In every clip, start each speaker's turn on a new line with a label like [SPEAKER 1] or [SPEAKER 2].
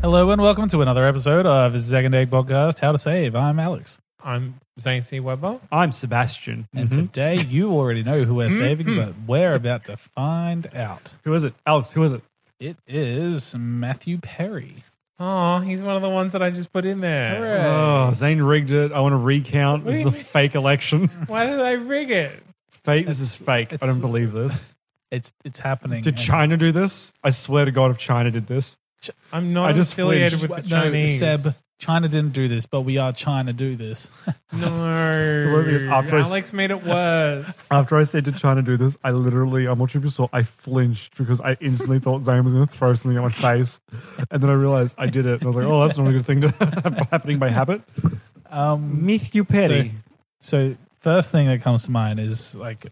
[SPEAKER 1] Hello and welcome to another episode of Zach and Egg Podcast How to Save. I'm Alex.
[SPEAKER 2] I'm Zane C. Webber.
[SPEAKER 3] I'm Sebastian.
[SPEAKER 1] And
[SPEAKER 2] Mm-hmm.
[SPEAKER 1] today you already know who we're saving,
[SPEAKER 3] Mm-hmm.
[SPEAKER 1] but we're about to find out.
[SPEAKER 3] Who is it? Alex, who is it?
[SPEAKER 1] It is Matthew Perry.
[SPEAKER 2] Oh, he's one of the ones that I just put in there.
[SPEAKER 1] Hooray.
[SPEAKER 3] Oh, Zane rigged it. I want to recount.
[SPEAKER 2] What
[SPEAKER 3] This is
[SPEAKER 2] do
[SPEAKER 3] a
[SPEAKER 2] you mean?
[SPEAKER 3] fake election.
[SPEAKER 2] Why did I rig it?
[SPEAKER 3] Fake. This is fake. I
[SPEAKER 1] it's-
[SPEAKER 3] don't believe this.
[SPEAKER 1] It's it's happening.
[SPEAKER 3] Did China do this? I swear to God, if China did this,
[SPEAKER 2] I'm not
[SPEAKER 3] I just
[SPEAKER 2] affiliated
[SPEAKER 3] flinched.
[SPEAKER 2] with the
[SPEAKER 1] no,
[SPEAKER 2] Chinese.
[SPEAKER 1] Seb, China didn't do this, but we are China do this.
[SPEAKER 2] No.
[SPEAKER 3] worst thing is after I s-
[SPEAKER 2] Alex made it worse.
[SPEAKER 3] after I said, "Did China do this?" I literally, I'm not sure if you saw, I flinched because I instantly thought Zane was going to throw something at my face, and then I realized I did it, and I was like, "Oh, that's not a good thing to happening by habit."
[SPEAKER 1] Um,
[SPEAKER 3] Matthew Perry.
[SPEAKER 1] so first thing that comes to mind is like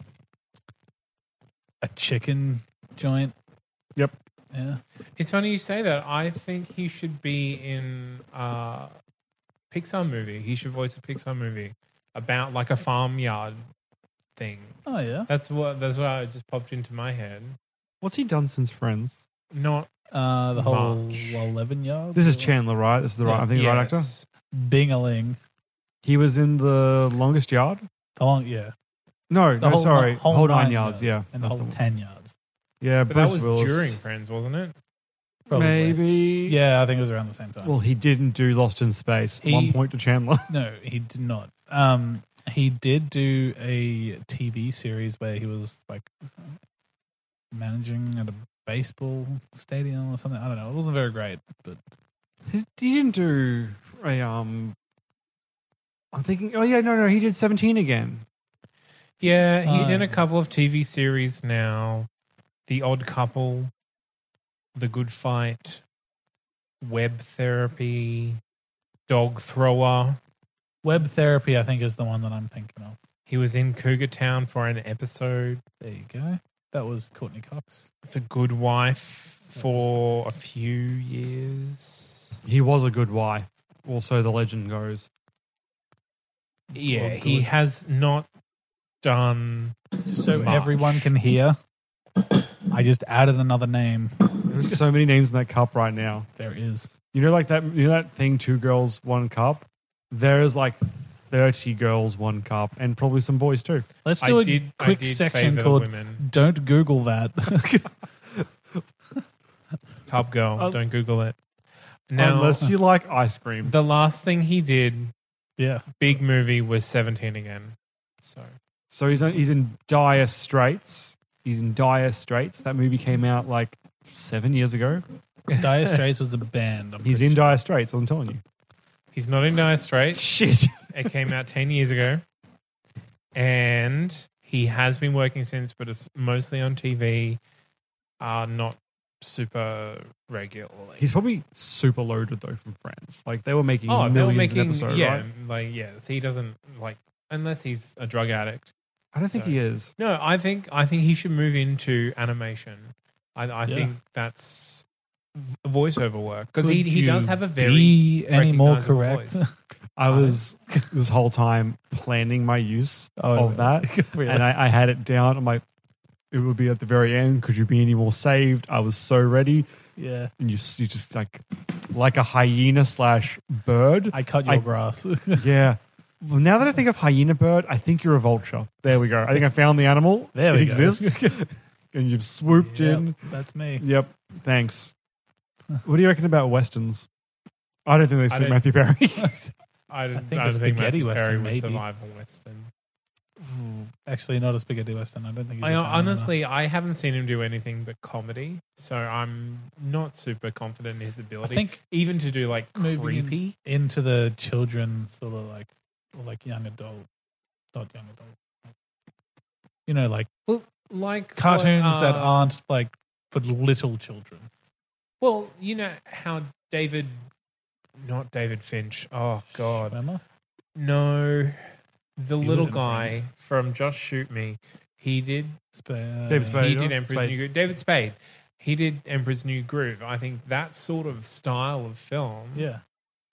[SPEAKER 1] a chicken joint.
[SPEAKER 3] Yep.
[SPEAKER 1] Yeah.
[SPEAKER 2] It's funny you say that. I think he should be in a Pixar movie. He should voice a Pixar movie about like a farmyard thing.
[SPEAKER 1] Oh yeah.
[SPEAKER 2] That's what that's what I just popped into my head.
[SPEAKER 3] What's he done since Friends?
[SPEAKER 2] Not
[SPEAKER 1] Uh, the whole
[SPEAKER 2] March.
[SPEAKER 1] eleven yards.
[SPEAKER 3] This is Chandler, right? This is the right. I think the right actor.
[SPEAKER 2] Uh, yes.
[SPEAKER 1] Bingaling.
[SPEAKER 3] He was in the longest yard.
[SPEAKER 1] The long, yeah.
[SPEAKER 3] No,
[SPEAKER 1] The
[SPEAKER 3] no, sorry,
[SPEAKER 1] whole
[SPEAKER 3] whole nine,
[SPEAKER 1] nine
[SPEAKER 3] yards. Yeah,
[SPEAKER 1] and the
[SPEAKER 3] That's
[SPEAKER 1] whole
[SPEAKER 3] one.
[SPEAKER 1] ten yards.
[SPEAKER 3] Yeah,
[SPEAKER 2] But
[SPEAKER 3] Bruce
[SPEAKER 2] that was
[SPEAKER 3] Willis.
[SPEAKER 2] during Friends, wasn't it?
[SPEAKER 1] Probably.
[SPEAKER 3] Maybe.
[SPEAKER 1] Yeah, I think it was around the same time.
[SPEAKER 3] Well, he didn't do Lost in Space.
[SPEAKER 1] He-
[SPEAKER 3] One point to Chandler.
[SPEAKER 1] no, he did not. Um, he did do a TV series where he was like managing at a baseball stadium or something. I don't know. It wasn't very great, but
[SPEAKER 3] He didn't do a um. I'm thinking. Oh yeah, no, no, he did 17 again.
[SPEAKER 2] Yeah, he's in
[SPEAKER 1] Oh.
[SPEAKER 2] a couple of TV series now. The Odd Couple, The Good Fight, Web Therapy, Dog Thrower.
[SPEAKER 1] Web Therapy, I think, is the one that I'm thinking of.
[SPEAKER 2] He was in Cougar Town for an episode.
[SPEAKER 1] There you go. That was Courtney Cox.
[SPEAKER 2] The Good Wife for a few years.
[SPEAKER 3] He was a good wife. Also, the legend goes.
[SPEAKER 2] Yeah,
[SPEAKER 3] Well,
[SPEAKER 2] he
[SPEAKER 3] good.
[SPEAKER 2] has not done.
[SPEAKER 1] Just so
[SPEAKER 2] March.
[SPEAKER 1] everyone can hear, I just added another name.
[SPEAKER 3] There's so many names in that cup right now.
[SPEAKER 1] There is.
[SPEAKER 3] You know, like that. You know that thing, two girls, one cup. There's like 30 girls, one cup, and probably some boys too.
[SPEAKER 1] Let's
[SPEAKER 2] I
[SPEAKER 1] do a
[SPEAKER 2] did- I
[SPEAKER 1] quick
[SPEAKER 2] did
[SPEAKER 1] section
[SPEAKER 2] favour the
[SPEAKER 1] called
[SPEAKER 2] women.
[SPEAKER 1] "Don't Google That."
[SPEAKER 2] Top Girl.
[SPEAKER 3] Oh.
[SPEAKER 2] Don't Google it. Now,
[SPEAKER 3] Unless you like ice cream.
[SPEAKER 2] the last thing he did,
[SPEAKER 1] yeah,
[SPEAKER 2] big movie, was 17 again. So.
[SPEAKER 3] So he's on, he's in dire straits. He's in dire straits. That movie came out like seven years ago.
[SPEAKER 1] Dire Straits was a band. I'm
[SPEAKER 3] He's
[SPEAKER 1] pretty
[SPEAKER 3] in
[SPEAKER 1] sure.
[SPEAKER 3] dire straits. I'm telling you.
[SPEAKER 2] He's not in Dire Straits.
[SPEAKER 3] Shit.
[SPEAKER 2] It came out 10 years ago. And he has been working since, but it's mostly on TV, uh, not super regularly.
[SPEAKER 3] He's probably super loaded though from Friends. Like they were making
[SPEAKER 2] oh,
[SPEAKER 3] millions
[SPEAKER 2] they were making,
[SPEAKER 3] an episode,
[SPEAKER 2] yeah,
[SPEAKER 3] right?
[SPEAKER 2] like, yeah, he doesn't, like, unless he's a drug addict.
[SPEAKER 3] I don't think
[SPEAKER 2] So-
[SPEAKER 3] he is.
[SPEAKER 2] No, I think, I think he should move into animation. I, I
[SPEAKER 1] Yeah.
[SPEAKER 2] think that's v- voiceover work because he,
[SPEAKER 1] Could
[SPEAKER 2] he does
[SPEAKER 1] you
[SPEAKER 2] have a very
[SPEAKER 1] be any more
[SPEAKER 2] recognizable
[SPEAKER 1] correct?
[SPEAKER 2] voice.
[SPEAKER 3] I was this whole time planning my use
[SPEAKER 1] Oh,
[SPEAKER 3] of that,
[SPEAKER 1] really?
[SPEAKER 3] and I, I had it down. I'm like, it would be at the very end. Could you be any more saved? I was so ready.
[SPEAKER 1] Yeah,
[SPEAKER 3] And you, s- you just like, like a hyena slash bird.
[SPEAKER 1] I cut your
[SPEAKER 3] I-
[SPEAKER 1] grass.
[SPEAKER 3] Yeah. Well, now that I think of hyena bird, I think you're a vulture. There we go. I think I found the animal.
[SPEAKER 1] There
[SPEAKER 3] it
[SPEAKER 1] we go.
[SPEAKER 3] exists. and you've swooped
[SPEAKER 1] Yep,
[SPEAKER 3] in.
[SPEAKER 1] that's me.
[SPEAKER 3] Yep. Thanks. What do you reckon about westerns? I don't think they
[SPEAKER 2] I
[SPEAKER 3] suit
[SPEAKER 2] don't-
[SPEAKER 1] Uh-uh.
[SPEAKER 3] Matthew Perry.
[SPEAKER 2] I, don't-
[SPEAKER 1] think
[SPEAKER 2] I
[SPEAKER 1] a
[SPEAKER 2] don't think
[SPEAKER 1] spaghetti
[SPEAKER 2] Matthew
[SPEAKER 1] western,
[SPEAKER 2] Perry would
[SPEAKER 1] maybe.
[SPEAKER 2] survive a western.
[SPEAKER 1] Actually, not a spaghetti western. I don't think. He's
[SPEAKER 2] I, uh,
[SPEAKER 1] Italian
[SPEAKER 2] honestly, I haven't seen him do anything but comedy, so I'm not super confident in his
[SPEAKER 1] enough.
[SPEAKER 2] ability.
[SPEAKER 1] I think
[SPEAKER 2] even to do like
[SPEAKER 1] moving in-
[SPEAKER 2] creepy,
[SPEAKER 1] into the children sort of like or like young adult, not young adult. You know, like
[SPEAKER 2] well, like what,
[SPEAKER 1] cartoons that
[SPEAKER 2] uh,
[SPEAKER 1] aren't like for little children.
[SPEAKER 2] Well, you know how David, not David Finch. Oh God,
[SPEAKER 1] Remember?
[SPEAKER 2] No, the
[SPEAKER 1] was
[SPEAKER 2] little
[SPEAKER 1] in
[SPEAKER 2] guy
[SPEAKER 1] Friends.
[SPEAKER 2] from Just Shoot Me. He did.
[SPEAKER 1] Sp- uh,
[SPEAKER 4] David Spade.
[SPEAKER 2] he
[SPEAKER 4] yeah.
[SPEAKER 2] did Emperor's
[SPEAKER 4] Spade.
[SPEAKER 2] New Groove. David Spade. He did Emperor's New Groove. I think that sort of style of film
[SPEAKER 1] Yeah,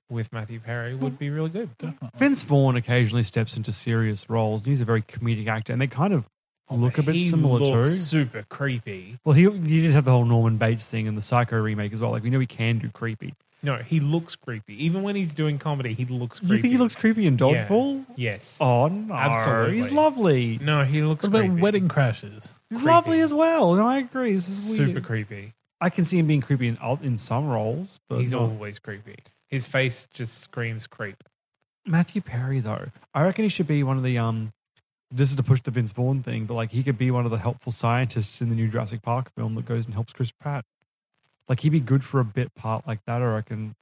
[SPEAKER 2] with Matthew Perry would be really good.
[SPEAKER 1] definitely.
[SPEAKER 3] Vince Vaughn occasionally steps into serious roles. and He's a very comedic actor, and they kind of look a bit
[SPEAKER 2] He
[SPEAKER 3] similar
[SPEAKER 2] looks
[SPEAKER 3] too.
[SPEAKER 2] Super creepy.
[SPEAKER 3] Well, he, he did have the whole Norman Bates thing and the Psycho remake as well. Like we know he can do creepy.
[SPEAKER 2] No, he looks creepy. Even when he's doing comedy, he looks creepy.
[SPEAKER 3] You think he looks creepy in
[SPEAKER 2] Yeah.
[SPEAKER 3] Dodgeball?
[SPEAKER 2] Yes.
[SPEAKER 3] Oh no,
[SPEAKER 2] Absolutely.
[SPEAKER 3] he's lovely.
[SPEAKER 2] No, he looks
[SPEAKER 1] What about
[SPEAKER 2] creepy.
[SPEAKER 1] wedding crashes?
[SPEAKER 3] He's
[SPEAKER 2] creepy.
[SPEAKER 3] lovely as well. No, I agree. This is
[SPEAKER 2] Super
[SPEAKER 3] weird.
[SPEAKER 2] creepy.
[SPEAKER 3] I can see him being creepy in in some roles, but
[SPEAKER 2] He's
[SPEAKER 3] not-
[SPEAKER 2] always creepy. His face just screams creep.
[SPEAKER 3] Matthew Perry though. I reckon he should be one of the um. This is to push the Vince Vaughn thing, but like he could be one of the helpful scientists in the new Jurassic Park film that goes and helps Chris Pratt. Like he'd be good for a bit part like that. I reckon,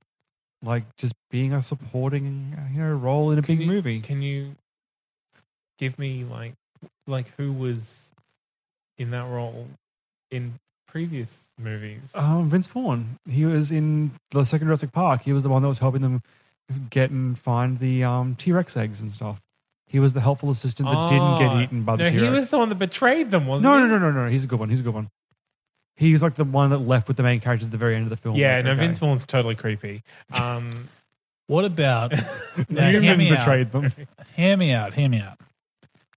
[SPEAKER 3] like just being a supporting uh, you know role in a
[SPEAKER 2] Can
[SPEAKER 3] big
[SPEAKER 2] you-
[SPEAKER 3] movie.
[SPEAKER 2] Can you give me like like who was in that role in previous movies?
[SPEAKER 3] Um, Vince Vaughn. He was in the second Jurassic Park. He was the one that was helping them get and find the um, T Rex eggs and stuff. He was the helpful assistant that didn't
[SPEAKER 2] Ah,
[SPEAKER 3] get eaten by the
[SPEAKER 2] no,
[SPEAKER 3] T
[SPEAKER 2] he was
[SPEAKER 3] Rex.
[SPEAKER 2] the one that betrayed them, wasn't
[SPEAKER 3] No,
[SPEAKER 2] he?
[SPEAKER 3] no, no, no, no. He's a good one. He's a good one. He was like the one that left with the main characters at the very end of the film.
[SPEAKER 2] Yeah,
[SPEAKER 3] Like,
[SPEAKER 2] no,
[SPEAKER 3] okay.
[SPEAKER 2] Vince Vaughn's totally creepy. Um,
[SPEAKER 1] What about? now, hear
[SPEAKER 4] Newman
[SPEAKER 1] me out.
[SPEAKER 4] betrayed them.
[SPEAKER 1] Hear me out. Hear me out.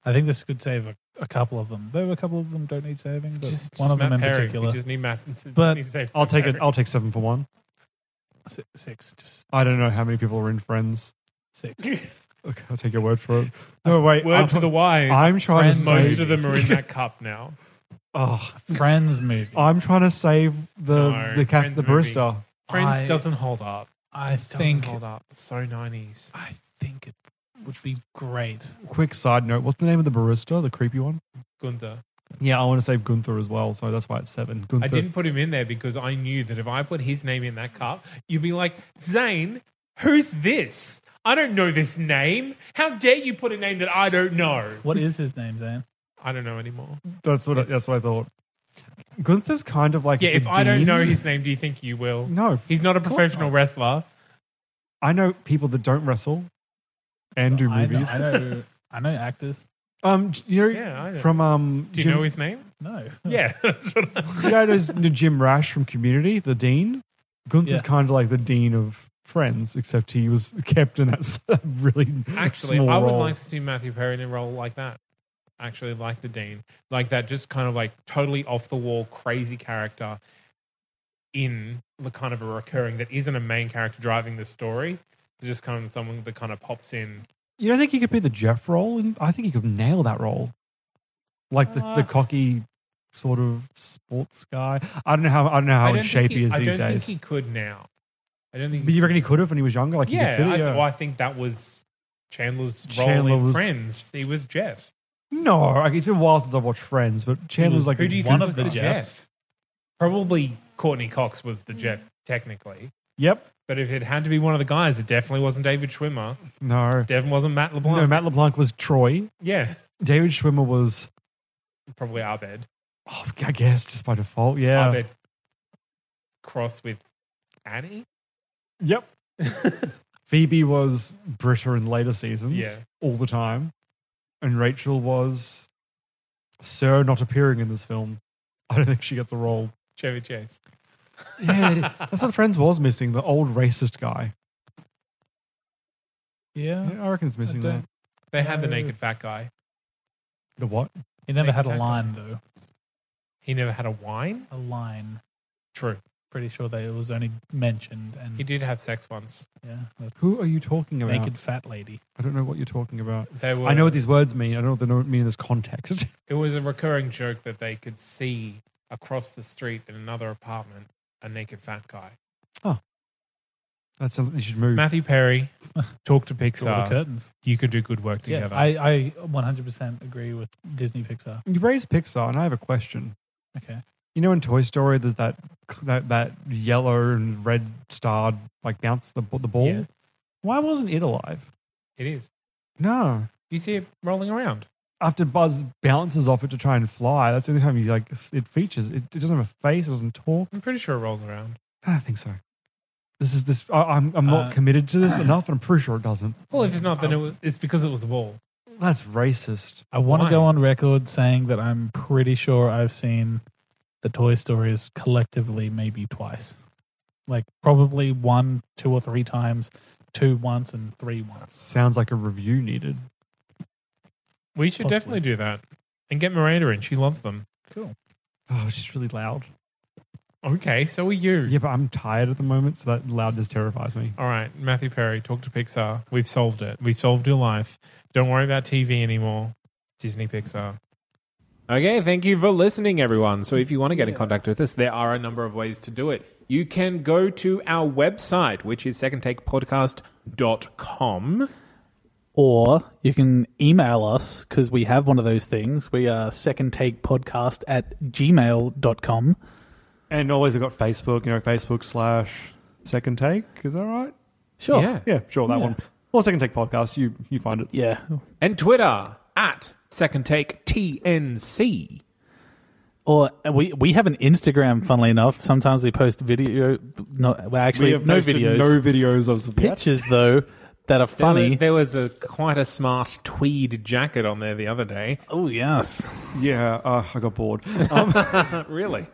[SPEAKER 1] I think this could save a, a couple of them. Though a couple of them don't need saving, but
[SPEAKER 2] just
[SPEAKER 1] one
[SPEAKER 2] just
[SPEAKER 1] of them
[SPEAKER 2] Matt
[SPEAKER 1] in
[SPEAKER 2] Perry.
[SPEAKER 1] particular.
[SPEAKER 2] We just need Matt.
[SPEAKER 1] But
[SPEAKER 2] need to say
[SPEAKER 3] I'll take
[SPEAKER 2] Matt
[SPEAKER 3] it. I'll take seven for one.
[SPEAKER 1] Si- six. Just
[SPEAKER 3] I don't know how many people are in Friends.
[SPEAKER 1] six.
[SPEAKER 3] Okay, I'll take your word for it. No, wait.
[SPEAKER 2] Perry. Uh, Word
[SPEAKER 3] I'm,
[SPEAKER 2] to the wise.
[SPEAKER 3] I'm trying
[SPEAKER 1] Friends.
[SPEAKER 3] to save.
[SPEAKER 2] most of them are in that cup now.
[SPEAKER 3] Oh,
[SPEAKER 1] Friends movie.
[SPEAKER 3] I'm trying to save the
[SPEAKER 2] No,
[SPEAKER 3] the cat,
[SPEAKER 2] Friends
[SPEAKER 3] the
[SPEAKER 2] movie.
[SPEAKER 3] barista.
[SPEAKER 2] Friends
[SPEAKER 1] I-
[SPEAKER 2] doesn't hold up.
[SPEAKER 1] I
[SPEAKER 2] Doesn't
[SPEAKER 1] think.
[SPEAKER 2] hold up. So nineties.
[SPEAKER 1] I think it would be great.
[SPEAKER 3] Quick side note: What's the name of the barista? The creepy one.
[SPEAKER 2] Gunther.
[SPEAKER 3] Yeah, I want to save Gunther as well, so that's why it's seven. Gunther.
[SPEAKER 2] I didn't put him in there because I knew that if I put his name in that cup, you'd be like, Zane, who's this? I don't know this name. How dare you put a name that I don't know?
[SPEAKER 1] What is his name, Zan?
[SPEAKER 2] I don't know anymore.
[SPEAKER 3] That's what. I, that's what I thought. Gunther's kind of like
[SPEAKER 2] Yeah,
[SPEAKER 3] the
[SPEAKER 2] if I don't
[SPEAKER 3] Deez.
[SPEAKER 2] know his name, do you think you will?
[SPEAKER 3] no,
[SPEAKER 2] He's not a
[SPEAKER 3] course
[SPEAKER 2] professional
[SPEAKER 3] not.
[SPEAKER 2] wrestler.
[SPEAKER 3] I know people that don't wrestle and do
[SPEAKER 1] I know,
[SPEAKER 3] movies.
[SPEAKER 1] I know. I know actors.
[SPEAKER 3] Um, you know,
[SPEAKER 2] Yeah, I know.
[SPEAKER 3] from um,
[SPEAKER 2] Do you
[SPEAKER 3] Jim, Oh.
[SPEAKER 2] know his name?
[SPEAKER 1] No.
[SPEAKER 2] Yeah. that's what I-
[SPEAKER 3] you know, there's Jim Rash from Community, the dean. Gunther's
[SPEAKER 1] Yeah.
[SPEAKER 3] kind of like the dean of Friends, except he was kept in that s- really
[SPEAKER 2] Actually,
[SPEAKER 3] small
[SPEAKER 2] I would
[SPEAKER 3] role.
[SPEAKER 2] like to see Matthew Perry in a role like that. Actually, like the Dean. Like that, just kind of like totally off the wall, crazy character in the kind of a recurring that isn't a main character driving the story. It's just kind of someone that kind of pops in.
[SPEAKER 3] You don't think he could be the Jeff role? And I think he could nail that role. Like the,
[SPEAKER 2] Uh,
[SPEAKER 3] the cocky sort of sports guy. I don't know how I don't know how
[SPEAKER 2] I
[SPEAKER 3] in
[SPEAKER 2] don't think
[SPEAKER 3] shape he, is
[SPEAKER 2] I
[SPEAKER 3] these
[SPEAKER 2] don't
[SPEAKER 3] days.
[SPEAKER 2] think he could now. I don't think.
[SPEAKER 3] but you reckon he could have when he was younger? Like
[SPEAKER 2] yeah,
[SPEAKER 3] he could fit
[SPEAKER 2] I,
[SPEAKER 3] it, yeah.
[SPEAKER 2] well, I think that was Chandler's
[SPEAKER 3] Chandler
[SPEAKER 2] role in
[SPEAKER 3] was-
[SPEAKER 2] Friends. He was Jeff.
[SPEAKER 3] No, like, it's been a while since I've watched Friends, but Chandler's like
[SPEAKER 2] Who do you
[SPEAKER 1] one
[SPEAKER 2] think
[SPEAKER 1] of
[SPEAKER 2] was
[SPEAKER 1] the Jeffs.
[SPEAKER 2] Jeff? Probably Courtney Cox was the Jeff technically.
[SPEAKER 3] Yep.
[SPEAKER 2] But if it had to be one of the guys, it definitely wasn't David Schwimmer.
[SPEAKER 3] No.
[SPEAKER 2] Devin wasn't Matt LeBlanc.
[SPEAKER 3] No, Matt LeBlanc was Troy.
[SPEAKER 2] yeah,
[SPEAKER 3] David Schwimmer was
[SPEAKER 2] probably Abed.
[SPEAKER 3] oh, I guess just by default, yeah.
[SPEAKER 2] Abed cross with Annie.
[SPEAKER 3] Yep. Phoebe was Britta in later seasons
[SPEAKER 2] Yeah.
[SPEAKER 3] all the time. And Rachel was Sir not appearing in this film. I don't think she gets a role.
[SPEAKER 2] Chevy Chase.
[SPEAKER 3] Yeah, that's what Friends was missing, the old racist guy.
[SPEAKER 1] Yeah.
[SPEAKER 3] Yeah, I reckon it's missing that.
[SPEAKER 1] don't-
[SPEAKER 2] They had the
[SPEAKER 1] No.
[SPEAKER 2] naked fat guy.
[SPEAKER 3] The what?
[SPEAKER 1] He never had a
[SPEAKER 2] Exactly.
[SPEAKER 1] line though.
[SPEAKER 2] He never had a wine.
[SPEAKER 1] A line.
[SPEAKER 2] True.
[SPEAKER 1] Pretty sure that it was only mentioned and
[SPEAKER 2] He did have sex once.
[SPEAKER 1] yeah, that
[SPEAKER 3] Who are you talking about?
[SPEAKER 1] naked fat lady.
[SPEAKER 3] I don't know what you're talking about.
[SPEAKER 2] They were,
[SPEAKER 3] I know what these words mean. I don't know what they don't mean in this context.
[SPEAKER 2] It was a recurring joke that they could see across the street in another apartment a naked fat guy.
[SPEAKER 3] That sounds like they should move.
[SPEAKER 2] Matthew Perry, talk
[SPEAKER 1] Draw
[SPEAKER 2] to
[SPEAKER 1] the
[SPEAKER 2] Pixar.
[SPEAKER 1] curtains.
[SPEAKER 2] You could do good work
[SPEAKER 1] Yeah,
[SPEAKER 2] together.
[SPEAKER 1] I, I 100% agree with Disney Pixar.
[SPEAKER 3] You raised Pixar, and I have a question.
[SPEAKER 1] Okay.
[SPEAKER 3] You know, in Toy Story, there's that that that yellow and red starred like bounce the the ball.
[SPEAKER 2] Yeah.
[SPEAKER 3] Why wasn't it alive?
[SPEAKER 2] it is.
[SPEAKER 3] No.
[SPEAKER 2] You see it rolling around.
[SPEAKER 3] After Buzz bounces off it to try and fly, that's the only time you like s- it features. It, it doesn't have a face. It doesn't talk.
[SPEAKER 2] I'm pretty sure it rolls around.
[SPEAKER 3] I don't think so. This is this. I, I'm I'm not
[SPEAKER 1] Uh,
[SPEAKER 3] committed to this enough, and I'm pretty sure it doesn't.
[SPEAKER 2] Well, if it's not, then it was, it's because it was a ball.
[SPEAKER 3] That's racist.
[SPEAKER 1] I want
[SPEAKER 2] Why?
[SPEAKER 1] to go on record saying that I'm pretty sure I've seen the Toy Stories collectively maybe twice. Like probably one, two or three times, two once and three once.
[SPEAKER 3] Sounds like a review needed.
[SPEAKER 2] We should
[SPEAKER 1] Possibly.
[SPEAKER 2] definitely do that and get Miranda in. She loves them.
[SPEAKER 1] Cool.
[SPEAKER 3] Oh, it's just really loud.
[SPEAKER 2] Okay, so are you.
[SPEAKER 3] Yeah, but I'm tired at the moment, so that loudness terrifies me.
[SPEAKER 2] All right, Matthew Perry, talk to Pixar. We've solved it. We've solved your life. Don't worry about TV anymore. Disney Pixar. Okay, thank you for listening, everyone. So, if you want to get in contact with us, there are a number of ways to do it. You can go to our website, which is secondtakepodcast.com.
[SPEAKER 1] Or you can email us because we have one of those things. We are second take podcast at gmail.com.
[SPEAKER 3] And always I've got Facebook, you know, Facebook slash second take. Is that right?
[SPEAKER 1] Sure.
[SPEAKER 2] Yeah.
[SPEAKER 3] Yeah, sure, that
[SPEAKER 1] Yeah.
[SPEAKER 3] one. Or second take podcast, you you find it.
[SPEAKER 1] Yeah.
[SPEAKER 2] And Twitter at Second Take TNC.
[SPEAKER 1] Or uh, we we have an Instagram, funnily enough. Sometimes we post video. No, well, actually, no
[SPEAKER 3] posted
[SPEAKER 1] videos.
[SPEAKER 3] No videos of some yet.
[SPEAKER 1] pictures though that are funny.
[SPEAKER 2] There was a quite a smart tweed jacket on there the other day.
[SPEAKER 1] Oh yes,
[SPEAKER 3] Yeah, uh, I got bored.
[SPEAKER 2] Really?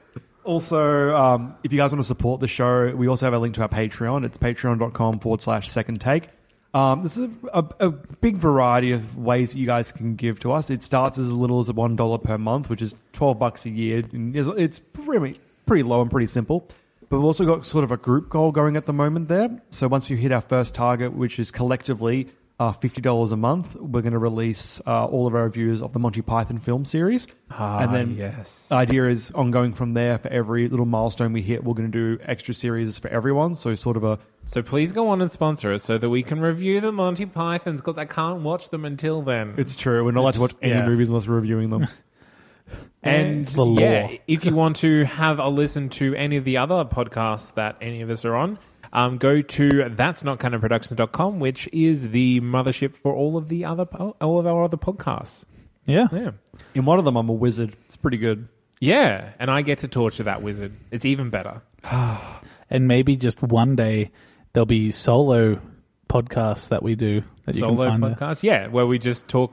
[SPEAKER 3] Also, um, if you guys want to support the show, we also have a link to our Patreon. It's patreon.com forward slash second take. Um, this is a, a, a big variety of ways that you guys can give to us. It starts as little as $1 per month, which is 12 bucks a year. And is- it's pretty, pretty low and pretty simple. But we've also got sort of a group goal going at the moment there. So once we hit our first target, which is collectively uh, $50 a month, we're going to release uh, all of our reviews of the Monty Python film series. and then
[SPEAKER 2] yes.
[SPEAKER 3] the idea is ongoing from there for every little milestone we hit we're going to do extra series for everyone so sort of a
[SPEAKER 2] So please go on and sponsor us so that we can review the Monty Pythons because I can't watch them until then.
[SPEAKER 3] it's true we're not allowed to watch any
[SPEAKER 1] yeah.
[SPEAKER 3] movies unless we're reviewing them
[SPEAKER 2] and
[SPEAKER 1] It's the law.
[SPEAKER 2] yeah, if you want to have a listen to any of the other podcasts that any of us are on, um, go to that's not kind of productions.com, which is the mothership for all of the other po- all of our other podcasts.
[SPEAKER 1] yeah.
[SPEAKER 2] Yeah.
[SPEAKER 3] in one of them i'm a wizard it's pretty good
[SPEAKER 2] Yeah, and I get to torture that wizard. It's even better.
[SPEAKER 1] And maybe just one day there'll be solo podcasts that we do that you
[SPEAKER 2] Solo
[SPEAKER 1] can find. there.
[SPEAKER 2] podcast. Yeah, where we just talk